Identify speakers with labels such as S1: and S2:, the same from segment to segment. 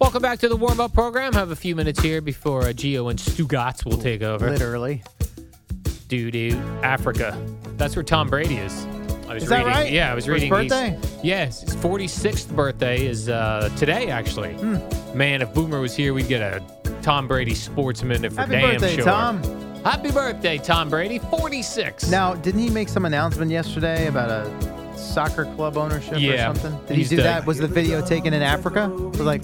S1: Welcome back to the warm up program. Have a few minutes here before uh, Geo and Stugatz will take over.
S2: Literally.
S1: Doo doo, Africa. That's where Tom Brady is. I was
S2: Is that
S1: reading.
S2: right?
S1: Yeah, I was
S2: For his
S1: reading. he's-
S2: birthday?
S1: Yes, his 46th birthday is uh, today, actually.
S2: Hmm.
S1: Man, if Boomer was here, we'd get a Tom Brady sports minute for
S2: Happy
S1: damn
S2: birthday,
S1: sure.
S2: Tom.
S1: Happy birthday, Tom Brady. 46.
S2: Now, didn't he make some announcement yesterday about a soccer club ownership
S1: Yeah.
S2: or something? Did he
S1: He's
S2: do
S1: the-
S2: that? Was the video taken in Africa? Or like,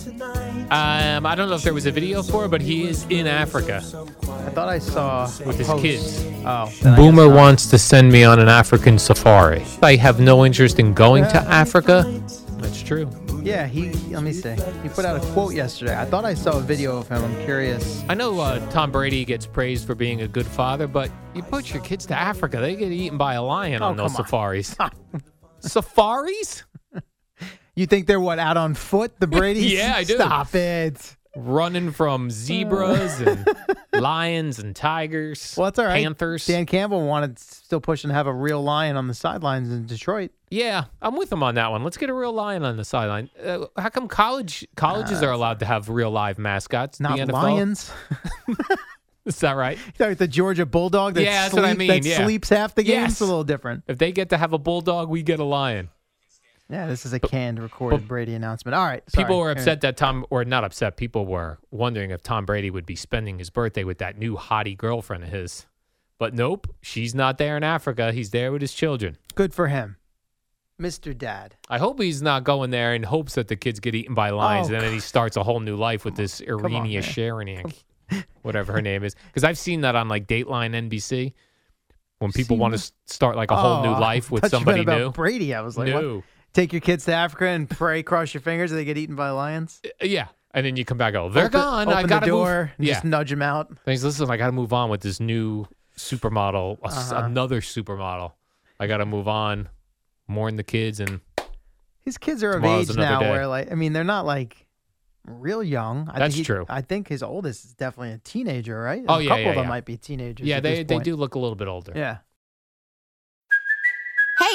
S1: Um, I don't know if there was a video for it, but he is in Africa.
S2: I thought I saw
S1: With his
S2: posts.
S1: kids.
S2: Oh, then I
S1: Boomer
S2: guess not.
S1: wants to send me on an African safari. I have no interest in going to Africa. That's true.
S2: Yeah, he. Let me see. He put out a quote yesterday. I thought I saw a video of him. I'm curious.
S1: I know uh, Tom Brady gets praised for being a good father, but you put your kids to Africa, they get eaten by a lion on
S2: Oh,
S1: those
S2: come on.
S1: safaris. safaris?
S2: You think they're what out on foot? The Brady's?
S1: Yeah, I do.
S2: Stop it.
S1: Running from zebras and lions and tigers.
S2: Well, that's all right.
S1: Panthers.
S2: Dan Campbell wanted still pushing to have a real lion on the sidelines in Detroit.
S1: Yeah, I'm with him on that one. Let's get a real lion on the sideline. Uh, how come college colleges are allowed to have real live mascots?
S2: Uh, Not
S1: the NFL?
S2: lions.
S1: Is that right?
S2: Like the Georgia Bulldog that,
S1: Yeah, that's what I
S2: sleep-
S1: mean,
S2: that
S1: yeah.
S2: sleeps half the game.
S1: Yes.
S2: It's a little different.
S1: If they get to have a bulldog, we get a lion.
S2: Yeah, this is a canned recorded Brady announcement. All right. sorry.
S1: People were
S2: Here.
S1: upset that Tom, or not upset, people were wondering if Tom Brady would be spending his birthday with that new hottie girlfriend of his. But nope, she's not there in Africa. He's there with his children.
S2: Good for him. Mr. Dad.
S1: I hope he's not going there in hopes that the kids get eaten by lions
S2: Oh,
S1: and then he starts a whole new life with this
S2: on,
S1: Irenia
S2: man.
S1: Sharoniak, whatever her name is. Because I've seen that on like Dateline NBC when people
S2: Seen
S1: want
S2: this?
S1: to start like a whole
S2: Oh,
S1: new
S2: I
S1: life with
S2: thought you
S1: somebody
S2: meant about
S1: new.
S2: Brady. I was like, what?
S1: No.
S2: Take your kids to Africa and pray, cross your fingers, or they get eaten by lions.
S1: Uh, Yeah. And then you come back, oh, they're
S2: Open-
S1: gone.
S2: Open
S1: I got
S2: the
S1: to move.
S2: door. and
S1: Yeah.
S2: Just nudge them out.
S1: And he's listen, I got to move on with this new supermodel, a s-
S2: Uh-huh.
S1: another supermodel. I got to move on, mourn the kids, and
S2: His kids are of
S1: Tomorrow's
S2: age
S1: another
S2: now
S1: day.
S2: where like I mean they're not like real young. I
S1: That's
S2: think he-
S1: true.
S2: I think his oldest is definitely a teenager, right?
S1: Oh,
S2: a
S1: yeah,
S2: couple
S1: yeah,
S2: of them
S1: yeah.
S2: might be teenagers.
S1: yeah,
S2: at
S1: they
S2: this
S1: they
S2: point.
S1: do look a little bit older.
S2: Yeah.
S3: Hey,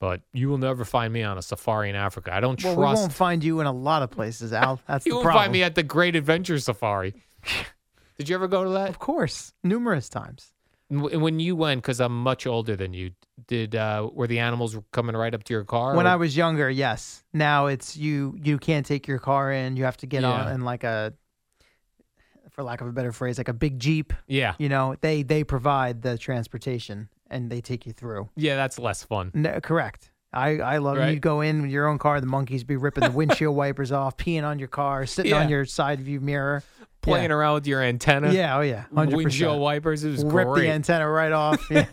S1: But you will never find me on a safari in Africa. I don't
S2: Well, we
S1: trust.
S2: won't find you in a lot of places, Al. That's
S1: you
S2: the
S1: won't
S2: problem.
S1: find me at the Great Adventure Safari. Did you ever go to that?
S2: of course, numerous times.
S1: W- When you went, because I'm much older than you. Did uh, were the animals coming right up to your car?
S2: When
S1: or-
S2: I was younger, yes. Now it's you. You can't take your car in. You have to get
S1: Yeah.
S2: on in like a, for lack of a better phrase, like a big jeep.
S1: yeah,
S2: You know, they they provide the transportation and they take you through.
S1: yeah, that's less fun.
S2: No, correct. I, I love
S1: Right.
S2: you. Go in with your own car. The monkeys be ripping the windshield wipers off, peeing on your car, sitting
S1: Yeah.
S2: on your side view mirror,
S1: Playing around with your antenna.
S2: Yeah, oh yeah, hundred
S1: windshield
S2: percent.
S1: wipers. It was
S2: Rip
S1: great.
S2: the antenna right off. Yeah.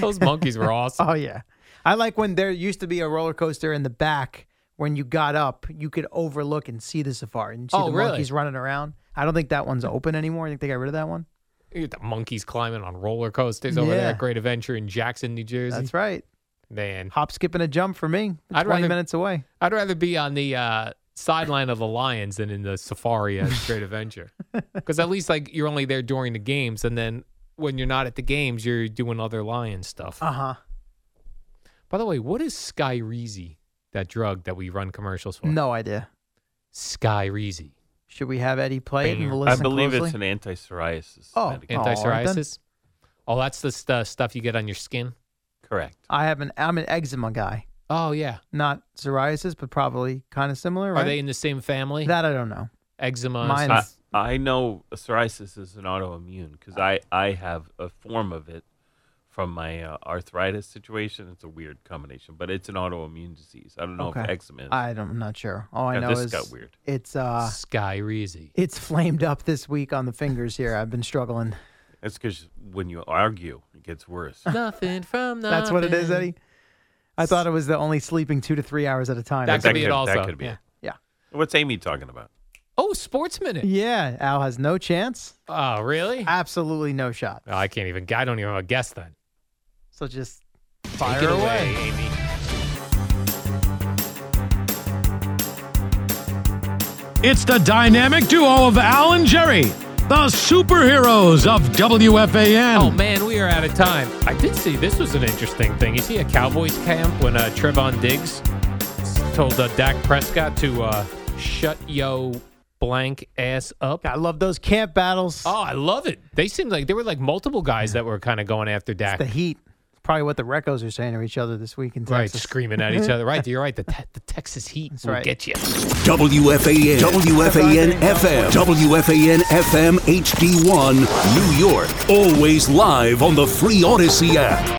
S1: Those monkeys were awesome.
S2: oh yeah, I like when there used to be a roller coaster in the back. When you got up, you could overlook and see the safari and see
S1: Oh,
S2: the
S1: really?
S2: monkeys running around. I don't think that one's open anymore. I think they got rid of that one.
S1: You get the monkeys climbing on roller coasters over there
S2: Yeah.
S1: at Great Adventure in Jackson, New Jersey.
S2: That's right.
S1: Man,
S2: Hop, skip, and a jump for me.
S1: I'd
S2: 20
S1: rather-
S2: minutes away.
S1: I'd rather be on the uh, sideline of the Lions than in the safari at Great Adventure. Because at least like you're only there during the games, and then when you're not at the games, you're doing other lion stuff.
S2: Uh huh.
S1: By the way, what is Skyreezy? That drug that we run commercials for?
S2: No idea.
S1: Skyreezy.
S2: Should we have Eddie play it and we'll
S4: I
S2: listen
S4: believe
S2: closely?
S4: it's an anti-psoriasis.
S2: Oh.
S4: medication.
S2: Aw,
S1: Anti
S2: then-
S1: psoriasis. Oh, that's the stu- stuff you get on your skin.
S4: correct.
S2: I have an. I'm an eczema guy,
S1: Oh yeah.
S2: not psoriasis, but probably kind of similar, right?
S1: Are they in the same family?
S2: that I don't know.
S1: Eczema. and
S2: Mine
S4: I,
S1: stuff?
S4: I know psoriasis is an autoimmune because I, I have a form of it from my uh, arthritis situation. It's a weird combination, but it's an autoimmune disease. I don't know if
S2: Okay.
S4: eczema is.
S2: I don't. I'm not sure. All I
S4: Yeah,
S2: know
S4: this
S2: is
S4: got weird.
S2: It's uh,
S1: Skyreezy.
S2: it's flamed up this week on the fingers here. I've been struggling.
S4: It's because when you argue, it gets worse.
S1: Nothing from nothing.
S2: That's what it is, Eddie. I thought it was the only sleeping two to three hours at a time.
S1: That could be it also.
S4: That could be
S1: Yeah.
S4: it.
S2: yeah.
S4: What's Amy talking about?
S1: Oh, Sports Minute.
S2: Yeah. Al has no chance.
S1: Oh, really?
S2: Absolutely no shot.
S1: Oh, I can't even. I don't even have a guess then.
S2: So just
S1: Fire
S2: away.
S1: Amy.
S5: It's the dynamic duo of Al and Jerry, the superheroes of WFAN.
S1: Oh man, we are out of time. I did see this was an interesting thing. You see a Cowboys camp when uh, Trevon Diggs told uh, Dak Prescott to uh, shut yo blank ass up.
S2: I love those camp battles.
S1: Oh, I love it. They seemed like there were like multiple guys that were kind of going after Dak.
S2: The heat. It's probably what the Recos are saying to each other this week in
S1: Right,
S2: Texas. Mm-hmm.
S1: screaming at each other. Right, you're right. The, te- the Texas Heat will
S2: right.
S1: get you.
S6: WFAN, WFAN FM, WFAN FM HD1, New York. Always live on the free Odyssey app.